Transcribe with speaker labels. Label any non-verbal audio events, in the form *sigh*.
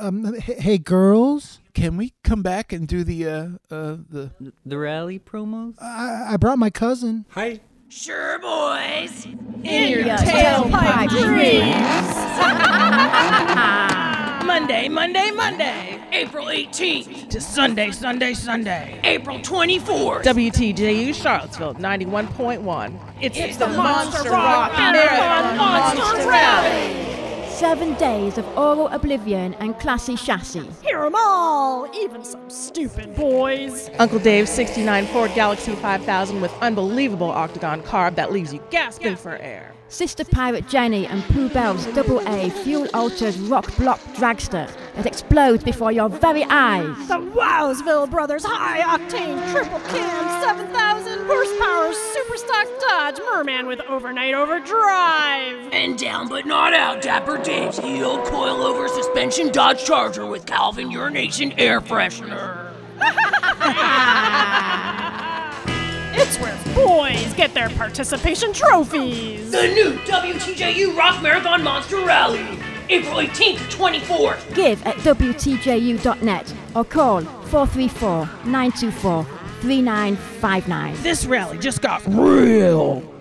Speaker 1: um, h- hey girls, can we come back and do the uh, uh the
Speaker 2: The rally promos?
Speaker 1: I, I brought my cousin.
Speaker 3: Hi.
Speaker 4: Sure, boys.
Speaker 5: In your tailpipe
Speaker 4: *laughs* Monday, Monday, Monday. April 18th to Sunday, Sunday, Sunday. April 24th.
Speaker 6: WTJU Charlottesville 91.1. It's,
Speaker 4: It's
Speaker 6: the,
Speaker 4: the
Speaker 6: Monster,
Speaker 4: Monster
Speaker 6: Rock,
Speaker 4: Rock Marathon
Speaker 6: Marathon
Speaker 4: Monster
Speaker 6: Monster
Speaker 4: Rally.
Speaker 6: Rally.
Speaker 5: Seven days of oral oblivion and classy chassis.
Speaker 7: Hear 'em all, even some stupid boys.
Speaker 6: Uncle Dave's 69 Ford Galaxy 5000 with unbelievable octagon carb that leaves you gasping for air.
Speaker 5: Sister Pirate Jenny and Pooh Bell's double A fuel altered rock block dragster that explodes before your very eyes.
Speaker 7: The Wowsville Brothers High Octane Triple Cam 7000 Horsepower Superstock Dodge Merman with Overnight Overdrive.
Speaker 4: And down but not out, Dapper Dave's heel coilover suspension Dodge Charger with Calvin Urination Air Freshener.
Speaker 7: It's where boys get their participation trophies.
Speaker 4: The new WTJU Rock Marathon Monster Rally, April 18th to 24th.
Speaker 5: Give at WTJU.net or call 434 924 3959.
Speaker 6: This rally just got real.